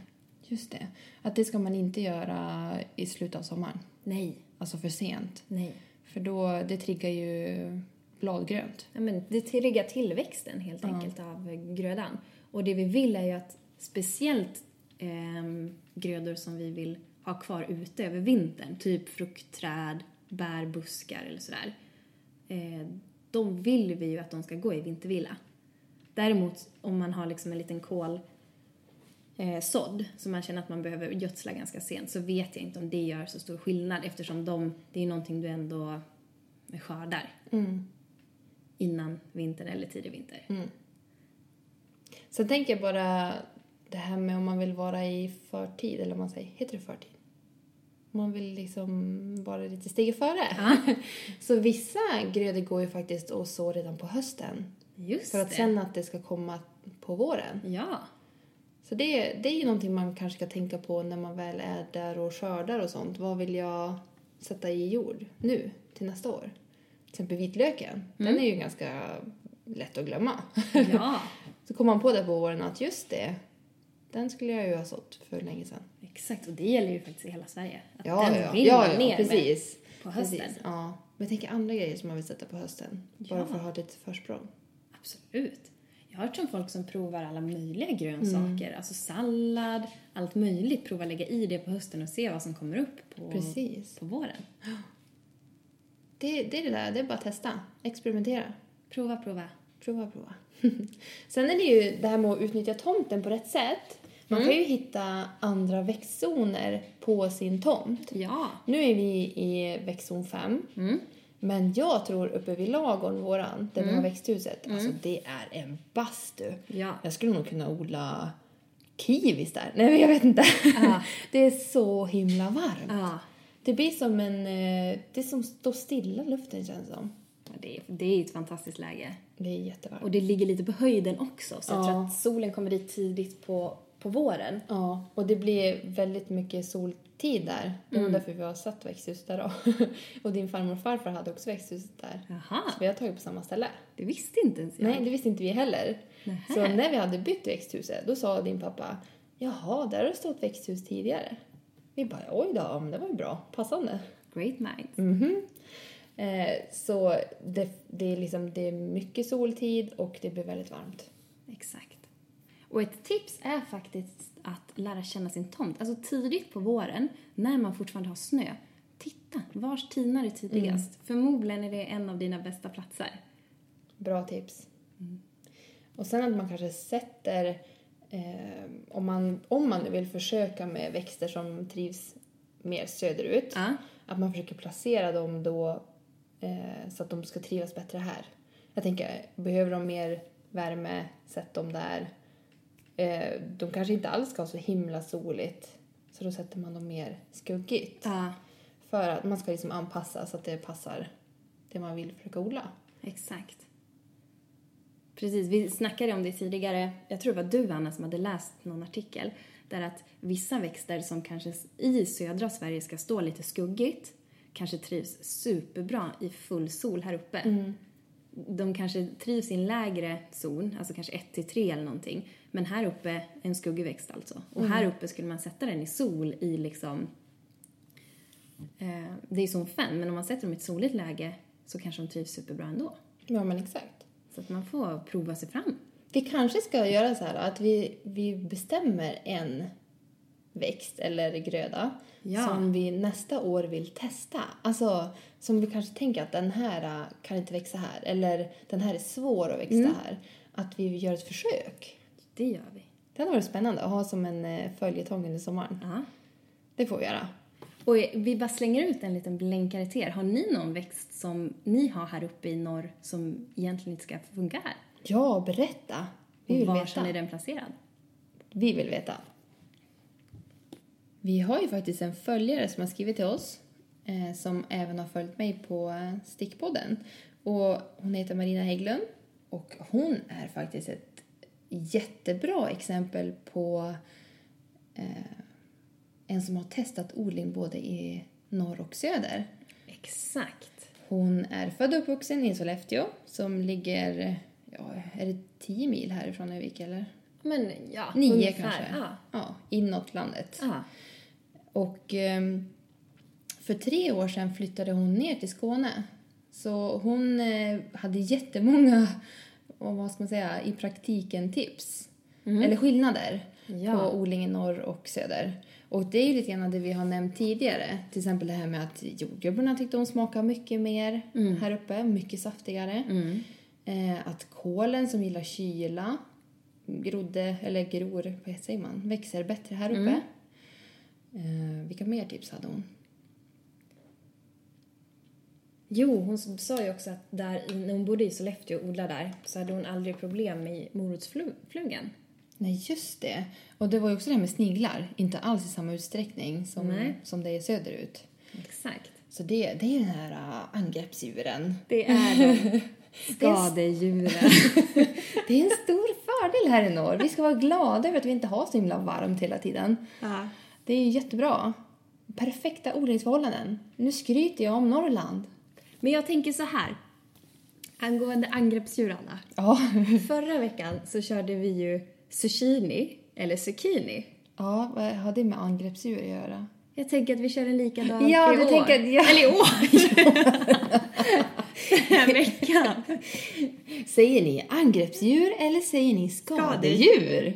Speaker 1: Just det. Att det ska man inte göra i slutet av sommaren.
Speaker 2: Nej,
Speaker 1: Alltså för sent.
Speaker 2: nej.
Speaker 1: För då, det triggar ju bladgrönt.
Speaker 2: Ja, men det triggar tillväxten helt enkelt av grödan. Och det vi vill är ju att speciellt ehm, grödor som vi vill ha kvar ute över vintern, typ fruktträd, bär, buskar eller sådär. Eh, de vill vi ju att de ska gå i vintervila. Däremot om man har liksom en liten kål eh, sådd som man känner att man behöver gödsla ganska sent så vet jag inte om det gör så stor skillnad eftersom de, det är ju någonting du ändå skördar
Speaker 1: Mm.
Speaker 2: innan vintern eller tidig vinter.
Speaker 1: Sen tänker jag bara det här med om man vill vara i förtid, eller vad man säger, heter det förtid? Om Man vill liksom vara lite steget före. (laughs) Så vissa grödor går ju faktiskt och så redan på hösten.
Speaker 2: Just
Speaker 1: För att
Speaker 2: det.
Speaker 1: sen att det ska komma på våren.
Speaker 2: Ja,
Speaker 1: (laughs) Så det, det är ju någonting man kanske ska tänka på när man väl är där och skördar och sånt. Vad vill jag sätta i jord nu till nästa år? Till exempel vitlöken.
Speaker 2: Mm.
Speaker 1: Den är ju ganska lätt att glömma. (laughs)
Speaker 2: ja,
Speaker 1: Så kom man på det på våren att just det, den skulle jag ju ha sått för länge sedan.
Speaker 2: exakt. Och det gäller ju faktiskt i hela Sverige. Att
Speaker 1: Ja,
Speaker 2: den
Speaker 1: ja,
Speaker 2: vill
Speaker 1: ja,
Speaker 2: man
Speaker 1: ja,
Speaker 2: ner med.
Speaker 1: precis.
Speaker 2: på hösten.
Speaker 1: Precis, ja. Men jag tänker andra grejer som man vill sätta på hösten. Bara
Speaker 2: Ja.
Speaker 1: för att ha lite försprång.
Speaker 2: Absolut. Jag har hört om folk som provar alla möjliga grönsaker,
Speaker 1: Mm.
Speaker 2: alltså sallad, allt möjligt. Prova lägga i det på hösten och se vad som kommer upp på,
Speaker 1: Precis.
Speaker 2: på våren.
Speaker 1: Det, det är det där, det är bara att testa. Experimentera.
Speaker 2: Prova, prova.
Speaker 1: Prova, prova. (laughs) Sen är det ju det här med att utnyttja tomten på rätt sätt. Man
Speaker 2: Mm.
Speaker 1: kan ju hitta andra växtzoner på sin tomt.
Speaker 2: Ja,
Speaker 1: Nu är vi i växtzon 5.
Speaker 2: Mm.
Speaker 1: Men jag tror uppe vid lagården, våran, där vi
Speaker 2: Mm.
Speaker 1: har växthuset, alltså det är en bastu.
Speaker 2: Ja.
Speaker 1: Jag skulle nog kunna odla kiwis där. Nej, men jag vet inte. (laughs) det är så himla varmt.
Speaker 2: Ja.
Speaker 1: Det blir som en... eh, Det är som står stilla i luften känns det som.
Speaker 2: det, är- det är ju ett fantastiskt läge.
Speaker 1: Det är jättevarmt.
Speaker 2: Och det ligger lite på höjden också, så jag
Speaker 1: Ja.
Speaker 2: tror att solen kommer dit tidigt på, på våren.
Speaker 1: Ja, och det blir väldigt mycket soltid där. Det
Speaker 2: Mm.
Speaker 1: var därför vi har satt växthus där då. (laughs) och din farmor och farfar hade också växthuset där.
Speaker 2: Jaha,
Speaker 1: Så vi har tagit på samma ställe.
Speaker 2: det visste inte ens jag.
Speaker 1: Nej, det visste inte vi heller.
Speaker 2: Nähä.
Speaker 1: Så när vi hade bytt växthuset, då sa din pappa Jaha, där har det stått växthus tidigare. Vi bara, oj då, men det var ju bra. Passande.
Speaker 2: Great minds.
Speaker 1: Mhm. Eh, så det, det, är liksom, det är mycket soltid och det blir väldigt varmt.
Speaker 2: Exakt. Och ett tips är faktiskt att lära känna sin tomt. Alltså tidigt på våren, när man fortfarande har snö, titta, vars tinar är tidigast? Förmodligen är det en av dina bästa platser.
Speaker 1: Bra tips. Och sen att man kanske sätter, eh, om, man, om man nu vill försöka med växter som trivs mer söderut,
Speaker 2: Ja.
Speaker 1: att man försöker placera dem då eh, så att de ska trivas bättre här. Jag tänker, behöver de mer värme, sätt dem där. Eh, de kanske inte alls ska ha så himla soligt, så då sätter man dem mer skuggigt.
Speaker 2: Ja,
Speaker 1: För att man ska liksom anpassa så att det passar det man vill försöka odla.
Speaker 2: exakt. Precis, vi snackade om det tidigare. Jag tror det var du, Anna, som hade läst någon artikel där att vissa växter som kanske i södra Sverige ska stå lite skuggigt kanske trivs superbra i full sol här uppe.
Speaker 1: Mm.
Speaker 2: De kanske trivs i en lägre zon, alltså kanske 1 till 3 eller någonting. Men här uppe, en skuggig växt alltså. Och
Speaker 1: Mm.
Speaker 2: här uppe skulle man sätta den i sol i liksom... Eh, det är ju zon 5, men om man sätter dem i ett soligt läge så kanske de trivs superbra ändå.
Speaker 1: Ja, men exakt.
Speaker 2: Så att man får prova sig fram.
Speaker 1: Vi kanske ska göra så här att vi, vi bestämmer en växt eller gröda
Speaker 2: Ja.
Speaker 1: som vi nästa år vill testa. Alltså som vi kanske tänker att den här äh, kan inte växa här eller den här är svår att växa här. Att vi gör ett försök.
Speaker 2: Det gör vi.
Speaker 1: Det hade varit spännande att ha som en eh, följetong under sommaren.
Speaker 2: Ja.
Speaker 1: Det får vi göra.
Speaker 2: Och vi bara slänger ut en liten blänkare till er. Har ni någon växt som ni har här uppe i norr som egentligen inte ska funka här?
Speaker 1: Ja, berätta! Vi
Speaker 2: Och
Speaker 1: vill
Speaker 2: var
Speaker 1: veta.
Speaker 2: är den placerad?
Speaker 1: Vi vill veta. Vi har ju faktiskt en följare som har skrivit till oss eh, som även har följt mig på eh, Stickpodden. Och hon heter Marina Hägglund och hon är faktiskt ett jättebra exempel på eh, en som har testat odling både i norr och söder.
Speaker 2: Exakt.
Speaker 1: Hon är född och uppvuxen i Sollefteå som ligger, ja, är det 10 mil härifrån Övik eller?
Speaker 2: Men ja,
Speaker 1: Nio
Speaker 2: ungefär.
Speaker 1: kanske.
Speaker 2: Ja.
Speaker 1: ja, inåt landet.
Speaker 2: Ja.
Speaker 1: Och ehm, för tre år sedan flyttade hon ner till Skåne. Så hon eh, hade jättemånga, (laughs) och vad ska man säga, i praktiken tips. Eller skillnader
Speaker 2: Ja.
Speaker 1: på odlingen norr och söder. Och det är ju lite grann det vi har nämnt tidigare. Till exempel det här med att jordgubbarna tyckte hon smakade mycket mer här uppe, mycket saftigare. Eh, att kålen som gillar kyla grodde, eller gror, vad säger man, växer bättre här uppe. Eh, vilka mer tips hade hon?
Speaker 2: Jo, hon sa ju också att där, i- när hon bodde i Sollefteå och odlade där så hade hon aldrig problem med morotsflugan.
Speaker 1: Nej, just det. Och det var ju också det här med sniglar. Inte alls i samma utsträckning som,
Speaker 2: Nej.
Speaker 1: som det är söderut.
Speaker 2: Exakt.
Speaker 1: Så det, det är ju den här äh, angreppsdjuren. (laughs)
Speaker 2: Det är de skadedjuren.
Speaker 1: Det är en stor (laughs) fördel här i norr. Vi ska vara glada över att vi inte har så himla varmt hela tiden.
Speaker 2: ja.
Speaker 1: Det är ju jättebra. Perfekta odlingsförhållanden. Nu skryter jag om Norrland.
Speaker 2: Men jag tänker så här. Angående angreppsdjur, Anna.
Speaker 1: Ja,
Speaker 2: Förra veckan så körde vi ju zucchini, eller zucchini.
Speaker 1: (laughs) ja vad har det med angreppsdjur att göra?
Speaker 2: Jag tänker att vi kör en likadan
Speaker 1: Ja,
Speaker 2: i
Speaker 1: du
Speaker 2: år.
Speaker 1: tänker att jag-
Speaker 2: Eller i år! Den (laughs) här veckan.
Speaker 1: Säger ni angreppsdjur eller säger ni skadedjur?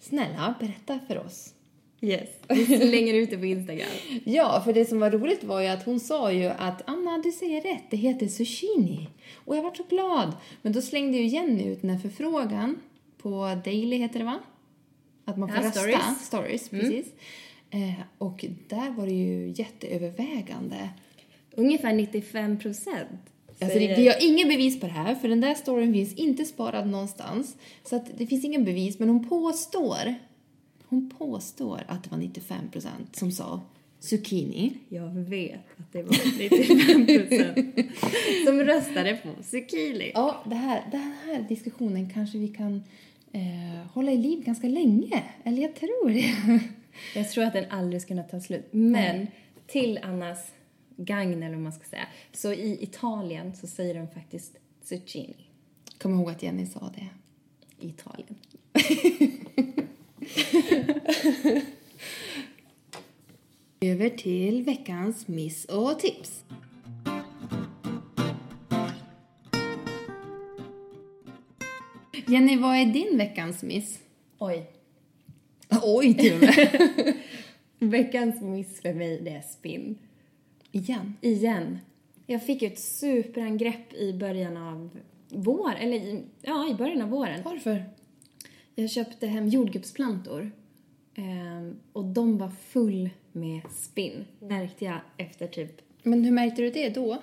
Speaker 1: Snälla, berätta för oss.
Speaker 2: Yes. Vi slänger ut det på Instagram.
Speaker 1: Ja, för det som var roligt var ju att hon sa ju att Anna, du säger rätt, det heter zucchini. Och jag var så glad. Men då slängde ju Jenny ut den här förfrågan på Daily, heter det va? Att man får
Speaker 2: Ja,
Speaker 1: rösta.
Speaker 2: stories. Mm.
Speaker 1: Stories, precis. Eh, och där var det ju jätteövervägande.
Speaker 2: Ungefär 95 procent.
Speaker 1: Alltså, det, vi har ingen bevis på det här, för den där storyn finns inte sparad någonstans. Så att det finns ingen bevis, men hon påstår, hon påstår att det var 95% som sa zucchini.
Speaker 2: Jag vet att det var 95 procent som röstade på zucchini.
Speaker 1: Ja, det här, den här diskussionen kanske vi kan eh, hålla i liv ganska länge. Eller jag tror det. (laughs)
Speaker 2: Jag tror att den aldrig skulle kunna ta slut. Men till Annas gagn, eller vad man ska säga, så i Italien så säger de faktiskt zucchini.
Speaker 1: Kom ihåg att Jenny sa det.
Speaker 2: I Italien.
Speaker 1: Över till veckans miss och tips. Jenny, vad är din veckans miss?
Speaker 2: Oj.
Speaker 1: (laughs) Oj till och med.
Speaker 2: Veckans miss för mig, det är spinn.
Speaker 1: Igen.
Speaker 2: Igen. Jag fick ju ett superangrepp i början av vår, eller i, ja, i början av våren.
Speaker 1: Varför?
Speaker 2: Jag köpte hem jordgubbsplantor. Ehm, och de var full med spinn, märkte jag efter typ...
Speaker 1: Men hur märkte du det då?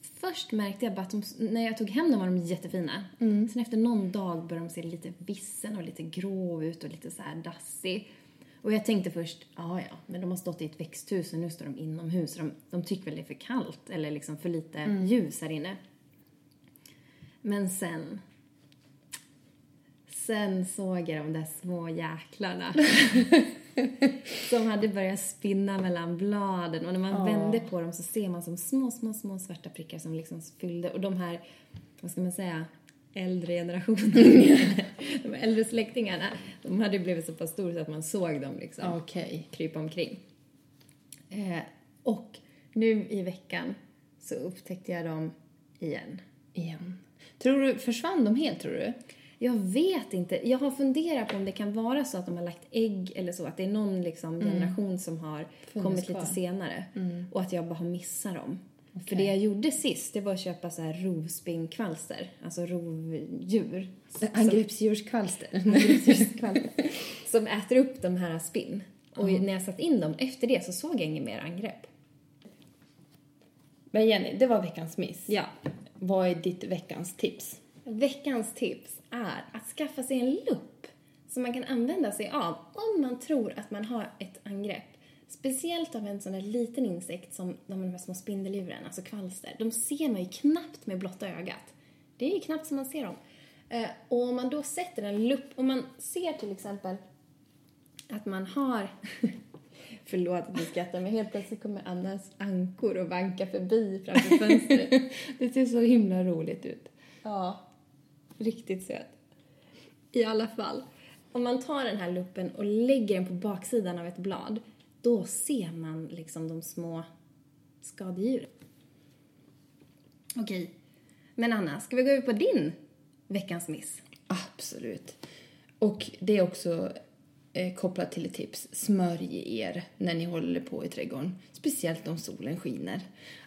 Speaker 2: Först märkte jag bara att de, när jag tog hem dem var de jättefina. Sen efter någon dag började de se lite vissen och lite grå ut och lite så här dassig. Och jag tänkte först, ja ja, men de har stått i ett växthus och nu står de inomhus. De, de tycker väl det är för kallt eller liksom för lite ljus här inne. Men sen... Sen såg jag de där små jäklarna som hade börjat spinna mellan bladen och när man vände på dem så ser man som små, små, små svarta prickar som liksom fyllde och de här, vad ska man säga, äldre generationen, de äldre släktingarna, de hade blivit så pass stora så att man såg dem liksom
Speaker 1: Okej.
Speaker 2: krypa omkring. Eh, och nu i veckan så upptäckte jag dem igen.
Speaker 1: Igen. Tror du, försvann de helt tror du?
Speaker 2: Jag vet inte. Jag har funderat på om det kan vara så att de har lagt ägg eller så. Att det är någon liksom generation som har kommit
Speaker 1: kvar.
Speaker 2: lite senare. Och att jag bara har missat dem. För det jag gjorde sist, det var att köpa så här rovspinnkvalster. Alltså rovdjur.
Speaker 1: Angreppsdjurskvalster.
Speaker 2: Angreppsdjurskvalster. (laughs) som äter upp de här spinn. Och när jag satt in dem efter det så såg jag inget mer angrepp.
Speaker 1: (laughs) Men Jenny, det var veckans miss.
Speaker 2: Ja.
Speaker 1: Vad är ditt veckans tips?
Speaker 2: Veckans tips är att skaffa sig en lupp som man kan använda sig av om man tror att man har ett angrepp. Speciellt av en sån där liten insekt som de, de här små spindeldjuren, alltså kvalster. De ser man ju knappt med blotta ögat. Det är ju knappt som man ser dem. Eh, Och om man då sätter en lupp, om man ser till exempel att man har... (laughs) Förlåt att jag skrattar, men helt plötsligt kommer Annas ankor och vanka förbi framför fönstret.
Speaker 1: Det ser så himla roligt ut.
Speaker 2: Ja, riktigt söt. I alla fall, om man tar den här luppen och lägger den på baksidan av ett blad, då ser man liksom de små skadedjuren. Okej, men Anna, ska vi gå över på din veckans miss?
Speaker 1: Absolut. Och det är också eh, kopplat till ett tips. Smörj er när ni håller på i trädgården. Speciellt om solen skiner.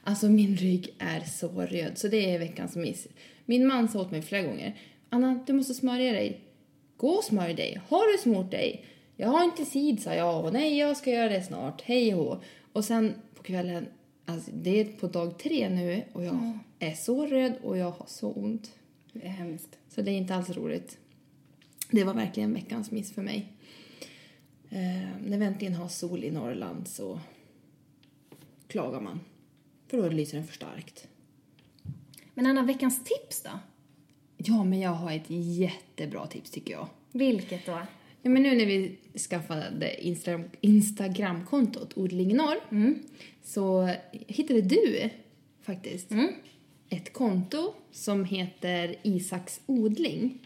Speaker 1: Alltså min rygg är så röd, så det är veckans miss. Min man sa åt mig flera gånger. Anna, du måste smörja dig. Gå och smörj dig. Har du smort dig? Jag har inte tid, sa jag. Och nej, jag ska göra det snart. Hej och hå. Och sen på kvällen, alltså det är på dag tre nu och jag är så röd och jag har så ont.
Speaker 2: Det är hemskt.
Speaker 1: Så det är inte alls roligt. Det var verkligen veckans miss för mig. Eh, när vi äntligen har sol i Norrland så klagar man. För då lyser den för starkt.
Speaker 2: Men Anna, veckans tips då?
Speaker 1: Ja, men jag har ett jättebra tips tycker jag.
Speaker 2: Vilket då?
Speaker 1: Ja, men nu när vi skaffade Instagram- Instagramkontot Odling i Norr så hittade du faktiskt ett konto som heter Isaks odling.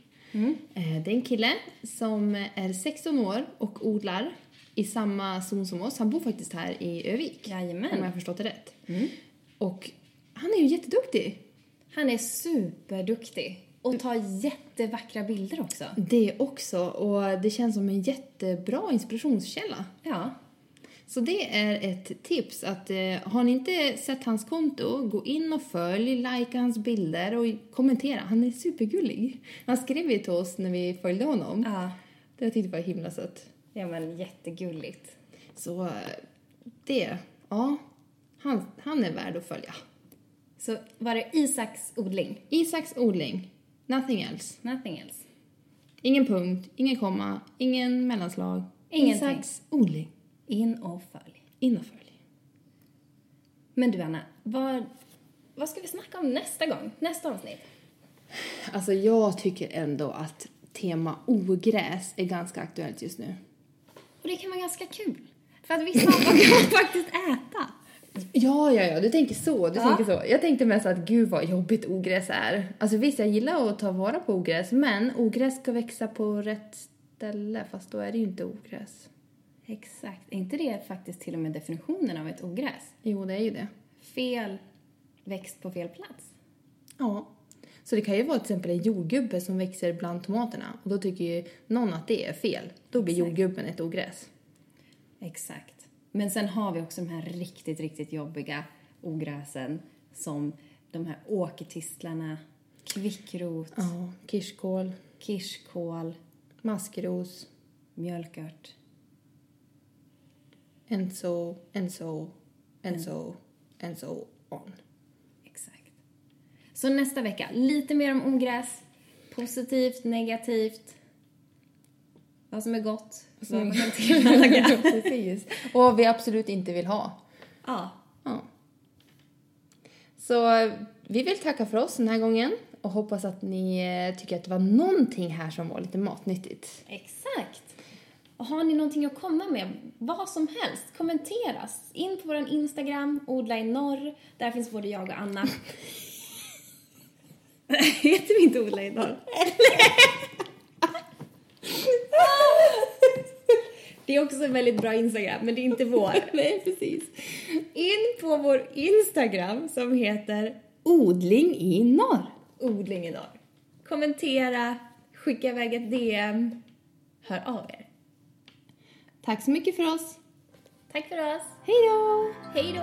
Speaker 1: Eh, Det är en kille som är 16 år och odlar i samma zon som oss. Han bor faktiskt här i Övik.
Speaker 2: Jajamän.
Speaker 1: Om jag har förstått det rätt. Och han är ju jätteduktig.
Speaker 2: Han är superduktig och tar jättevackra bilder också.
Speaker 1: Det också. Och det känns som en jättebra inspirationskälla.
Speaker 2: Ja,
Speaker 1: Så det är ett tips att eh, har ni inte sett hans konto, gå in och följ, likea hans bilder och kommentera. Han är supergullig. Han skrev ju till oss när vi följde honom.
Speaker 2: Ja.
Speaker 1: Det jag tyckte jag var himla sött.
Speaker 2: ja men jättegulligt.
Speaker 1: Så eh, det, ja. Han, han är värd att följa.
Speaker 2: Så var det Isaks odling?
Speaker 1: Isaks odling. Nothing else.
Speaker 2: Nothing else.
Speaker 1: Ingen punkt, ingen komma, ingen mellanslag.
Speaker 2: Ingenting.
Speaker 1: Isaks odling.
Speaker 2: In och följ.
Speaker 1: In och följ.
Speaker 2: Men du Anna, vad, vad ska vi snacka om nästa gång? Nästa avsnitt?
Speaker 1: Alltså jag tycker ändå att tema ogräs är ganska aktuellt just nu.
Speaker 2: Och det kan vara ganska kul. För att vissa saker kan man faktiskt äta.
Speaker 1: Ja, ja, ja, du tänker så. Du
Speaker 2: Ja.
Speaker 1: tänker så. Jag tänkte mest att gud vad jobbigt ogräs är. Alltså visst, jag gillar att ta vara på ogräs, men ogräs ska växa på rätt ställe, fast då är det ju inte ogräs.
Speaker 2: Exakt. Är inte det faktiskt till och med definitionen av ett ogräs?
Speaker 1: Jo, det är ju det.
Speaker 2: Fel växt på fel plats.
Speaker 1: Ja. Så det kan ju vara till exempel en jordgubbe som växer bland tomaterna och då tycker ju någon att det är fel. Då blir
Speaker 2: Exakt.
Speaker 1: jordgubben ett ogräs.
Speaker 2: Exakt. Men sen har vi också de här riktigt, riktigt jobbiga ogräsen som de här åkertistlarna, kvickrot,
Speaker 1: Ja, kirskål,
Speaker 2: kirskål,
Speaker 1: maskros,
Speaker 2: mjölkört.
Speaker 1: and so, and so, and so, and so on.
Speaker 2: Exakt. Så nästa vecka, lite mer om ogräs. Positivt, negativt. Vad som är gott. Vad som man kan tillaga.
Speaker 1: Precis. Och vad vi absolut inte vill ha.
Speaker 2: (laughs) ja,
Speaker 1: Ja. Så eh, vi vill tacka för oss den här gången och hoppas att ni eh, tycker att det var någonting här som var lite matnyttigt.
Speaker 2: exakt. Och har ni någonting att komma med, vad som helst, kommenteras. In på vår Instagram, odla i norr. Där finns både jag och Anna. (laughs) Heter vi inte odla i norr? (laughs) Det är också en väldigt bra Instagram, men det är inte (laughs) vår.
Speaker 1: Nej, precis.
Speaker 2: In på vår Instagram som heter
Speaker 1: Odling i norr.
Speaker 2: Odling i norr. Kommentera, skicka iväg ett DM. Hör av er.
Speaker 1: Tack så mycket för oss.
Speaker 2: Tack för oss.
Speaker 1: Hej då!
Speaker 2: Hej då!